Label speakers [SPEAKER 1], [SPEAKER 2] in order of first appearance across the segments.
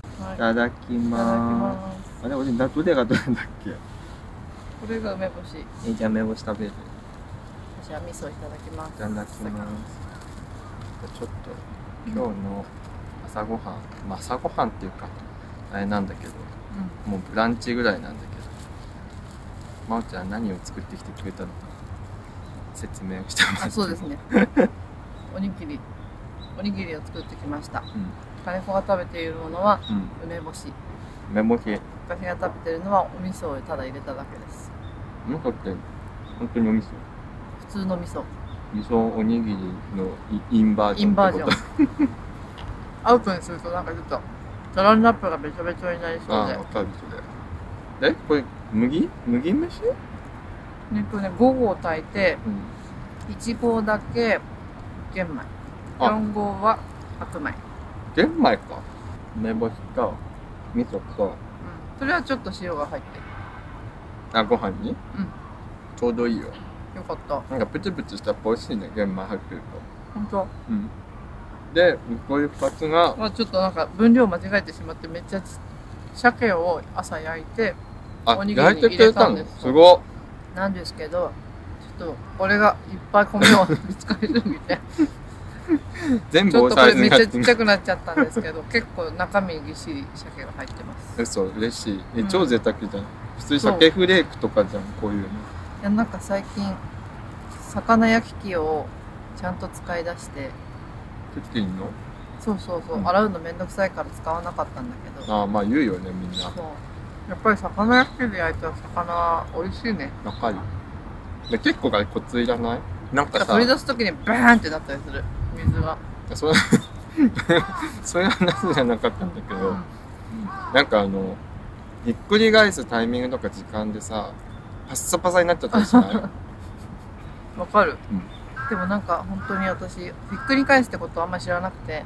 [SPEAKER 1] いい
[SPEAKER 2] ただき
[SPEAKER 1] ただき
[SPEAKER 2] ま
[SPEAKER 1] ます
[SPEAKER 2] すあれ俺などれがどれだっけ
[SPEAKER 1] これが梅干し
[SPEAKER 2] えー、じゃあ梅干し食べる
[SPEAKER 1] 私は味噌いただきます
[SPEAKER 2] いただきますちょっと今日の朝ごはん、まあ、朝ごはんっていうかあれなんだけど
[SPEAKER 1] う
[SPEAKER 2] もうブランチぐらいなんだけどまおちゃん何を作ってきてくれたのか説明をして
[SPEAKER 1] ん
[SPEAKER 2] ます
[SPEAKER 1] あそうです ねおにぎりおにぎりを作ってきました
[SPEAKER 2] うん
[SPEAKER 1] 金子が食べているものは
[SPEAKER 2] うん
[SPEAKER 1] 梅干し
[SPEAKER 2] 梅干し
[SPEAKER 1] 私が食べてるのはお味噌をただ入れただけです
[SPEAKER 2] 味噌って本当にお味噌
[SPEAKER 1] 普通の味噌
[SPEAKER 2] 味噌おにぎりのイインバージ
[SPEAKER 1] イ
[SPEAKER 2] ョン
[SPEAKER 1] ンバー
[SPEAKER 2] っ
[SPEAKER 1] ジ
[SPEAKER 2] て
[SPEAKER 1] ョ
[SPEAKER 2] こと
[SPEAKER 1] ン アウトにするとなんかちょっとトランラップがべちょべちょになり
[SPEAKER 2] あ
[SPEAKER 1] そう
[SPEAKER 2] あ
[SPEAKER 1] で
[SPEAKER 2] わかるそれえこれ麦麦飯
[SPEAKER 1] えっとね5合炊いて
[SPEAKER 2] うん
[SPEAKER 1] 1合だけ玄米
[SPEAKER 2] あ
[SPEAKER 1] 4合は白米、
[SPEAKER 2] 玄米か梅干しと味噌と
[SPEAKER 1] うん、それはちょっと塩が入ってる
[SPEAKER 2] あご飯に、
[SPEAKER 1] うん
[SPEAKER 2] ちょうどいいよ
[SPEAKER 1] よかった
[SPEAKER 2] なんかプチプチしたっぽいしいね玄米入ってると
[SPEAKER 1] 本当。
[SPEAKER 2] うんでこういうパツが
[SPEAKER 1] まあちょっとなんか分量間違えてしまってめっちゃち鮭を朝焼いて
[SPEAKER 2] あ
[SPEAKER 1] おにぎりに
[SPEAKER 2] 焼いてくれた
[SPEAKER 1] 入れたんで
[SPEAKER 2] の
[SPEAKER 1] す
[SPEAKER 2] すごっ
[SPEAKER 1] なんですけどちょっとこれがいっぱい米を見つかれるみた い
[SPEAKER 2] 全
[SPEAKER 1] ちょ
[SPEAKER 2] 部
[SPEAKER 1] っ
[SPEAKER 2] 大
[SPEAKER 1] とこ
[SPEAKER 2] サ
[SPEAKER 1] れ
[SPEAKER 2] イズ
[SPEAKER 1] め
[SPEAKER 2] に
[SPEAKER 1] っち
[SPEAKER 2] な
[SPEAKER 1] ゃ
[SPEAKER 2] っ
[SPEAKER 1] ち
[SPEAKER 2] て
[SPEAKER 1] っ
[SPEAKER 2] る
[SPEAKER 1] ちゃくなっちゃったんですけど結構中身ぎっしり鮭が入ってますい
[SPEAKER 2] 嘘嬉しいえ
[SPEAKER 1] うん
[SPEAKER 2] 超贅沢じゃん普通
[SPEAKER 1] そう
[SPEAKER 2] 鮭フレークとかじゃんこういうの
[SPEAKER 1] やなんか最近魚焼き器をちゃんと使い出して
[SPEAKER 2] 切っていいの
[SPEAKER 1] そうそうそう、
[SPEAKER 2] うん
[SPEAKER 1] 洗うのめんどくさいから使わなかったんだけど
[SPEAKER 2] ああまあ言うよねみんな
[SPEAKER 1] そうやっぱり魚焼き器で焼いた魚美味しいね
[SPEAKER 2] わかるで結構あれコツいらないなんかさ
[SPEAKER 1] 取り出す時にバーンってなったりする水が、
[SPEAKER 2] それ そういう話じゃなかったんだけど、
[SPEAKER 1] うん
[SPEAKER 2] なんかあのひっくり返すタイミングとか時間でさパッサパサになっちゃったりし ない
[SPEAKER 1] わかる、
[SPEAKER 2] うん
[SPEAKER 1] でもなんか本当に私ひっくり返すってことあんま知らなくて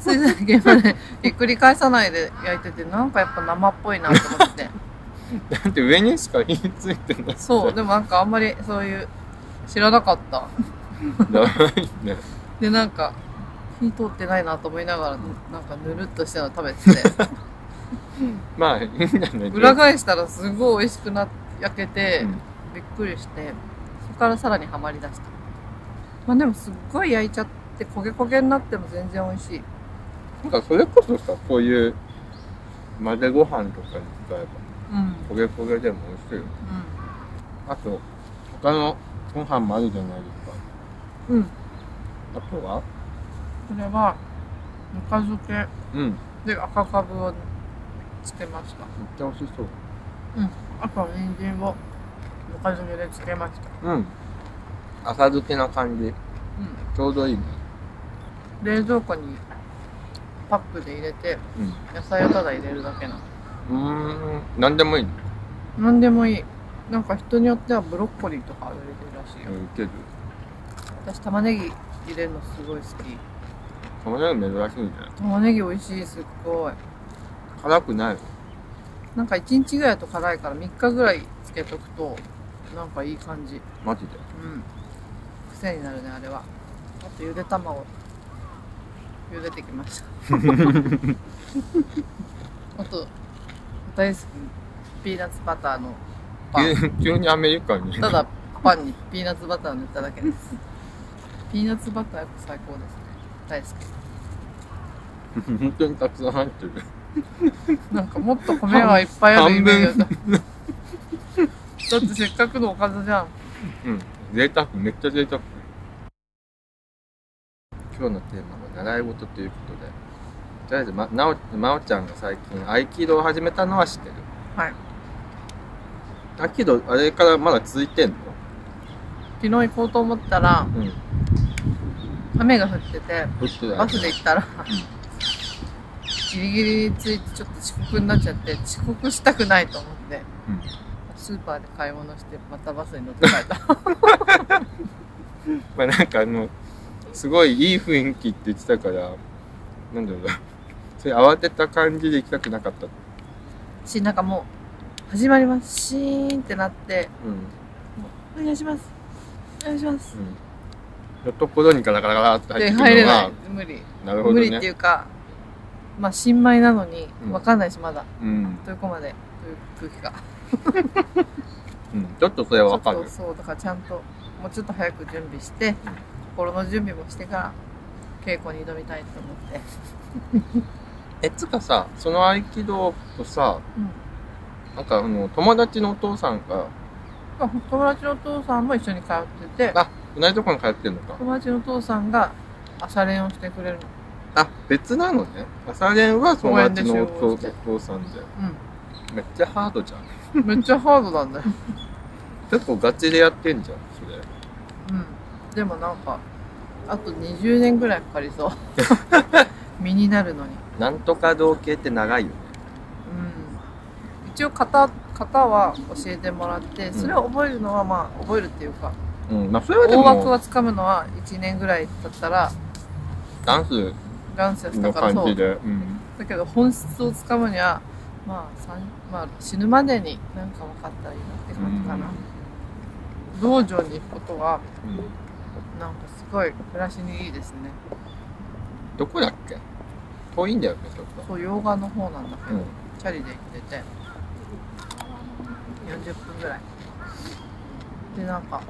[SPEAKER 1] つい最近まで ひっくり返さないで焼いててなんかやっぱ生っぽいなと思って
[SPEAKER 2] だって上にしか火ついてない じゃん
[SPEAKER 1] そうでもなんかあんまりそういう知らなかった
[SPEAKER 2] やばいね
[SPEAKER 1] でなんか火通ってないなと思いながらなんかぬるっとしたの食べてて
[SPEAKER 2] まあいいんじゃない
[SPEAKER 1] 裏返したらすごい美味しくな焼けて、
[SPEAKER 2] うん
[SPEAKER 1] びっくりしてそこからさらにはまりだしたまあでもすっごい焼いちゃって焦げ焦げになっても全然美味しい
[SPEAKER 2] なんかそれこそさこういう混ぜご飯とかに使えば
[SPEAKER 1] うん
[SPEAKER 2] 焦げ焦げでも美味しいよあと他のご飯もあるじゃないです
[SPEAKER 1] うん、うん、こ
[SPEAKER 2] かあとは
[SPEAKER 1] れはぬか漬け
[SPEAKER 2] うんめっ
[SPEAKER 1] で赤かぶをつけました
[SPEAKER 2] ちゃ美味しそう
[SPEAKER 1] あとは人参をぬか漬けでつけました
[SPEAKER 2] うん浅漬けな感じ
[SPEAKER 1] う
[SPEAKER 2] ちょうどいいね
[SPEAKER 1] ん冷蔵庫にパックで入れて
[SPEAKER 2] うん
[SPEAKER 1] 野菜をただ入れるだけなの
[SPEAKER 2] うーん、何でもいいの
[SPEAKER 1] なんでもいいなんか人によってはブロッコリーとか入れてるらしいよ、
[SPEAKER 2] 受ける。
[SPEAKER 1] 私玉ねぎ入れるのすごい好き
[SPEAKER 2] 玉ねぎ珍しいね。
[SPEAKER 1] 玉ねぎ美味しいすっごい
[SPEAKER 2] 辛くない。
[SPEAKER 1] なんか1日ぐらいだと辛いから3日ぐらいつけとくとなんかいい感じ
[SPEAKER 2] マジで。
[SPEAKER 1] うん癖になるねあれはあとゆで卵茹でてきましたあと大好きピーナッツバターのパン
[SPEAKER 2] 急急にアメリカに。
[SPEAKER 1] ただパンにピーナッツバター塗っただけですピーナッツバターやっぱ最高ですね大好
[SPEAKER 2] 本当にたくさん入ってる。
[SPEAKER 1] きなんかもっと米はいっぱいあるイメージだ
[SPEAKER 2] 半
[SPEAKER 1] だってせっかくのおかずじゃん
[SPEAKER 2] うん。贅沢、めっちゃ贅沢。今日のテーマは習い事ということで。とりあえず、ま、なお、まおちゃんが最近合気道を始めたのは知ってる。
[SPEAKER 1] はい。
[SPEAKER 2] 合気道、あれからまだ続いてんの
[SPEAKER 1] 昨日行こうと思ったら
[SPEAKER 2] うん。
[SPEAKER 1] 雨が降ってて
[SPEAKER 2] どっちだ
[SPEAKER 1] バスで行ったらギリギリ着いてちょっと遅刻になっちゃって遅刻したくないと思って、
[SPEAKER 2] うん
[SPEAKER 1] スーパーで買い物してまたバスに乗って帰った
[SPEAKER 2] まあなんかあのすごいいい雰囲気って言ってたからなんだろうなそれ慌てた感じで行きたくなかった
[SPEAKER 1] しなんかもう始まりますシーンってなって
[SPEAKER 2] うん
[SPEAKER 1] お
[SPEAKER 2] うん
[SPEAKER 1] 願いしますお願いします
[SPEAKER 2] のところにガラガラガラって入っ
[SPEAKER 1] で
[SPEAKER 2] てく
[SPEAKER 1] 入
[SPEAKER 2] る
[SPEAKER 1] れ
[SPEAKER 2] の
[SPEAKER 1] な
[SPEAKER 2] が
[SPEAKER 1] い無理
[SPEAKER 2] なるほど
[SPEAKER 1] 無理って
[SPEAKER 2] ね
[SPEAKER 1] いうかまあ新米なのに
[SPEAKER 2] うん
[SPEAKER 1] わかんないしまだ、
[SPEAKER 2] うん、
[SPEAKER 1] どこまでどういう空気が
[SPEAKER 2] うん、ちょっとそれはわか
[SPEAKER 1] ちょっ
[SPEAKER 2] る
[SPEAKER 1] とそうだからちゃんともうちょっと早く準備して、心の準備もしてから稽古に挑みたいと思って、
[SPEAKER 2] えつかさその合気道とさ
[SPEAKER 1] うん
[SPEAKER 2] なんかあの友達のお父さんが
[SPEAKER 1] まあ友達のお父さんも一緒に通ってて
[SPEAKER 2] あ同じとこに通ってんのか
[SPEAKER 1] 友達のお父さんが朝練をしてくれるの
[SPEAKER 2] あ別なのね朝練は友達のお
[SPEAKER 1] 公園
[SPEAKER 2] 父
[SPEAKER 1] で集合して
[SPEAKER 2] お父さんでめっちゃハードじゃ
[SPEAKER 1] う
[SPEAKER 2] ん
[SPEAKER 1] んめっちゃハードなんだよ、
[SPEAKER 2] 結構ガチでやってんじゃんそれ
[SPEAKER 1] うん、でもなんかあと20年ぐらいかかり そう身になるのに
[SPEAKER 2] なんとか道系って長いよね
[SPEAKER 1] うん一応型型は教えてもらってそれを覚えるのはまあ覚えるっていうか
[SPEAKER 2] うんまあそれはで
[SPEAKER 1] 大枠
[SPEAKER 2] も
[SPEAKER 1] はつかむのは1年ぐらいだったら
[SPEAKER 2] ダンス
[SPEAKER 1] ガンセスだ
[SPEAKER 2] の
[SPEAKER 1] から
[SPEAKER 2] 感
[SPEAKER 1] そ
[SPEAKER 2] じ
[SPEAKER 1] う
[SPEAKER 2] でうん
[SPEAKER 1] だけど本質をつかむには、まあ、さんまあ死ぬまでに何か分かったらいいなって感じかな、道場に行くことは
[SPEAKER 2] うん
[SPEAKER 1] なんかすごい暮らしにいいですね
[SPEAKER 2] どこだっけ遠いんだよねそこ
[SPEAKER 1] そう洋画の方なんだけど、
[SPEAKER 2] うん
[SPEAKER 1] チャリで行ってて40分ぐらいでなんか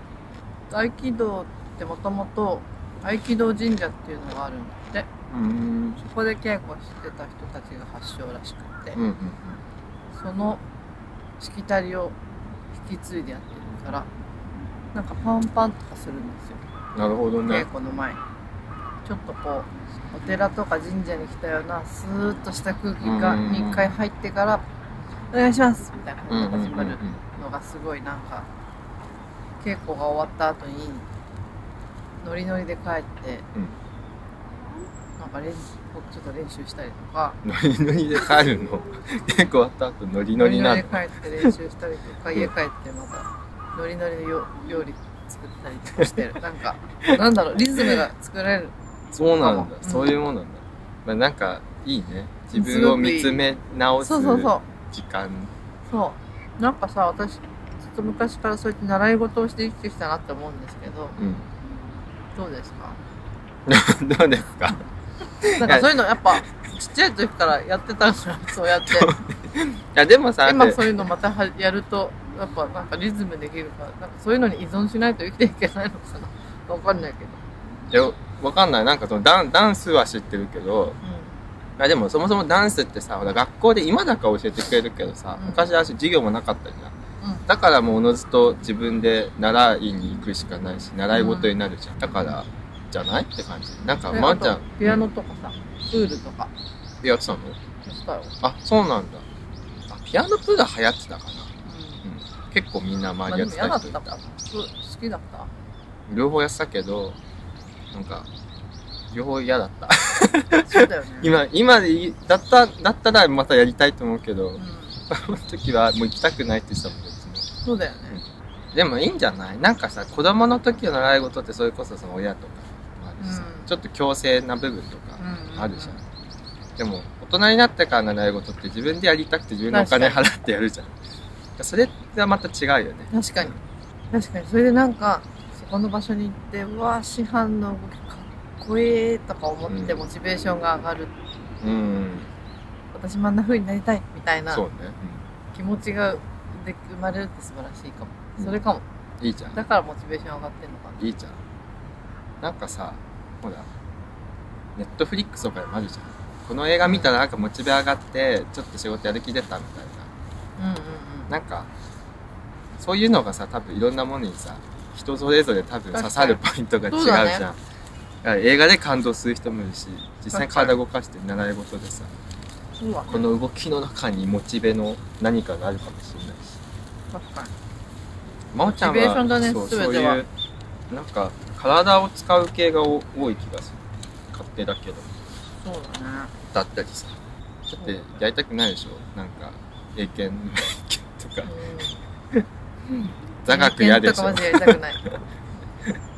[SPEAKER 1] 合気道ってもともと合気道神社っていうのがあるんだって
[SPEAKER 2] うん
[SPEAKER 1] そこで稽古してた人たちが発祥らしくって、
[SPEAKER 2] うんうん
[SPEAKER 1] そのしきたりを引き継いでやってるからなんかパンパンとかするんですよ
[SPEAKER 2] なるほど
[SPEAKER 1] 稽
[SPEAKER 2] ね
[SPEAKER 1] 古の前にちょっとこうお寺とか神社に来たようなスーッとした空気が
[SPEAKER 2] うんうんうん
[SPEAKER 1] に一回入ってから「お願いします」みたいな
[SPEAKER 2] うん
[SPEAKER 1] 感
[SPEAKER 2] う
[SPEAKER 1] じ
[SPEAKER 2] ん
[SPEAKER 1] で始ま
[SPEAKER 2] うんう
[SPEAKER 1] る
[SPEAKER 2] ん
[SPEAKER 1] のがすごいなんか稽古が終わった後にノリノリで帰って、
[SPEAKER 2] うん
[SPEAKER 1] なんか練習ちょっと練習したりとか。
[SPEAKER 2] ノリノリで帰る の結構終わった後ノリノリな
[SPEAKER 1] で
[SPEAKER 2] の
[SPEAKER 1] 帰って練習したりとか
[SPEAKER 2] うん
[SPEAKER 1] 家帰ってまたノリノリでよ料理作ったりとかしてるなんか なんだろうリズムが作られる
[SPEAKER 2] そうなんだ
[SPEAKER 1] うん
[SPEAKER 2] そういうもんなんだまあなんかいいね自分を見つめ直す
[SPEAKER 1] そうそうそう
[SPEAKER 2] 時間
[SPEAKER 1] そうなんかさ私ずっと昔からそうやって習い事をして生きてきたなって思うんですけど
[SPEAKER 2] うん
[SPEAKER 1] どうですか
[SPEAKER 2] どうですか
[SPEAKER 1] なんかそういうのやっぱちっちゃい時からやってたんじゃんそうやって
[SPEAKER 2] いやでもさ
[SPEAKER 1] 今
[SPEAKER 2] で
[SPEAKER 1] そういうのまたはやるとやっぱなんかリズムできるからなんかそういうのに依存しないと生きていけないのかなわかんないけど、
[SPEAKER 2] いやわかんないなんかそのダンダンスは知ってるけど
[SPEAKER 1] う
[SPEAKER 2] まあでもそもそもダンスってさほら学校で今だから教えてくれるけどさ、
[SPEAKER 1] うん
[SPEAKER 2] 昔は授業もなかったじゃん
[SPEAKER 1] んうん、
[SPEAKER 2] だからもうおのずと自分で習いに行くしかないし習い事になるじゃん、だからじゃないって感じなんか
[SPEAKER 1] で
[SPEAKER 2] まんちゃ
[SPEAKER 1] あ
[SPEAKER 2] ん
[SPEAKER 1] とピアノとかさ、プールとか
[SPEAKER 2] やってたの
[SPEAKER 1] そしたよ、
[SPEAKER 2] あそうなんだあピアノプールは流行ってたかな
[SPEAKER 1] うん
[SPEAKER 2] 結構みんな
[SPEAKER 1] まあ
[SPEAKER 2] 周り
[SPEAKER 1] で
[SPEAKER 2] や
[SPEAKER 1] も
[SPEAKER 2] って
[SPEAKER 1] 嫌だ
[SPEAKER 2] た
[SPEAKER 1] っ
[SPEAKER 2] 人
[SPEAKER 1] た
[SPEAKER 2] い
[SPEAKER 1] か
[SPEAKER 2] た
[SPEAKER 1] そう好きだった
[SPEAKER 2] 両方やってたけどなんか両方嫌だった
[SPEAKER 1] そうだよね
[SPEAKER 2] 今今でいいだっただったらまたやりたいと思うけど、
[SPEAKER 1] う ん、
[SPEAKER 2] その時はもう行きたくないって言ってたもん別に
[SPEAKER 1] そうだよね
[SPEAKER 2] でもいいんじゃないなんかさ子供の時の習い事ってそれこそその親とかもあるしさ、
[SPEAKER 1] うん
[SPEAKER 2] ちょっと強制な部分と
[SPEAKER 1] うん
[SPEAKER 2] かあるじゃん、でも大人になってからの習い事って自分でやりたくて自分のお金払ってやるじゃんそれはまた違うよね
[SPEAKER 1] 確かに確かにそれでなんかそこの場所に行ってうわ師範の動きかっこいいとか思って
[SPEAKER 2] うん
[SPEAKER 1] モチベーションが上がる、
[SPEAKER 2] うん
[SPEAKER 1] 私もあんな風になりたいみたいな
[SPEAKER 2] そうね、
[SPEAKER 1] 気持ちがで生まれるって素晴らしいかも、
[SPEAKER 2] うん
[SPEAKER 1] それかも
[SPEAKER 2] うんいいじゃん
[SPEAKER 1] だからモチベーション上がってんのかない
[SPEAKER 2] いじゃんなんかさほらネットフリックスとかでもあるじゃんこの映画見たらなんかモチベ上がってちょっと仕事やる気出たみたい
[SPEAKER 1] うんう
[SPEAKER 2] な
[SPEAKER 1] んうん
[SPEAKER 2] なんかそういうのがさ多分いろんなものにさ人それぞれ多分刺さるポイントが違うじゃん
[SPEAKER 1] そうだ
[SPEAKER 2] だから映画で感動する人もいるし実際に体動かして習い事でさ
[SPEAKER 1] そうだね
[SPEAKER 2] この動きの中にモチベの何かがあるかもしれないし
[SPEAKER 1] 確かに
[SPEAKER 2] 真央ちゃんは
[SPEAKER 1] モチベーションだね
[SPEAKER 2] そう
[SPEAKER 1] 全ては
[SPEAKER 2] そういうなんか体を使う系が多い気がする勝手だけど
[SPEAKER 1] そうだね
[SPEAKER 2] だったりさだってやりたくないでしょなんか英検の勉強とか座学嫌でし
[SPEAKER 1] 人間とかマ
[SPEAKER 2] ょ
[SPEAKER 1] ジでやりたくない。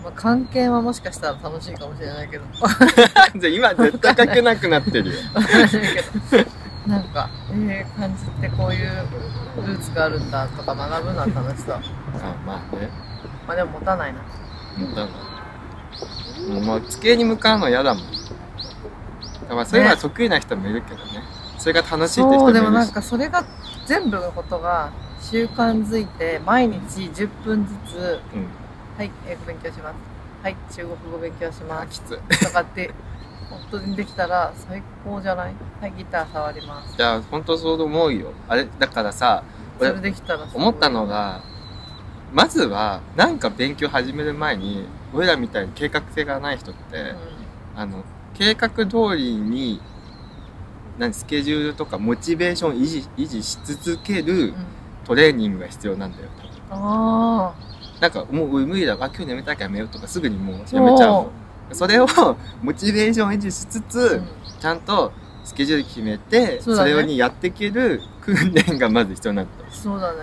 [SPEAKER 1] まあ、関係はもしかしたら楽しいかもしれないけど。わ
[SPEAKER 2] じゃあ今絶対書けなくなってるよ。
[SPEAKER 1] からないけど。なんか、えー、漢字ってこういうルーツがあるんだとか学ぶのは楽しそう。
[SPEAKER 2] あまあね。
[SPEAKER 1] まあでも持たないな。
[SPEAKER 2] もうだからもう机に向かうの嫌だもん。まあ、それが得意な人もいるけどね。それが楽しいって人
[SPEAKER 1] そ
[SPEAKER 2] も
[SPEAKER 1] う
[SPEAKER 2] い
[SPEAKER 1] でも
[SPEAKER 2] る
[SPEAKER 1] なん
[SPEAKER 2] し。
[SPEAKER 1] かそれが全部のことが習慣づいて毎日10分ずつ
[SPEAKER 2] うん。
[SPEAKER 1] はい英語勉強しますはい中国語勉強し
[SPEAKER 2] まあ、
[SPEAKER 1] ま
[SPEAKER 2] きつ。
[SPEAKER 1] すとかって本当にできたら最高じゃないはいギター触ります
[SPEAKER 2] いや、本当そう思うよ。あれ、だからさ、
[SPEAKER 1] そ
[SPEAKER 2] 俺
[SPEAKER 1] れできたらすごい
[SPEAKER 2] 思ったのが、まずは、なんか勉強始める前に、俺らみたいに計画性がない人って、
[SPEAKER 1] う
[SPEAKER 2] あの、計画通りに、何、スケジュールとかモチベーションを維持、維持し続ける
[SPEAKER 1] んうん
[SPEAKER 2] トレーニングが必要なんだよ、多分。
[SPEAKER 1] あ
[SPEAKER 2] なんかもう無理だわ、今日眠たいからやめようとかすぐにもうやめちゃうの。それをモチベーションを維持しつつ、
[SPEAKER 1] あ、うん
[SPEAKER 2] ちゃんとスケジュール決めて、
[SPEAKER 1] そ
[SPEAKER 2] そう
[SPEAKER 1] だね
[SPEAKER 2] れをにやっていける訓練がまず必要なんだと。
[SPEAKER 1] そうだね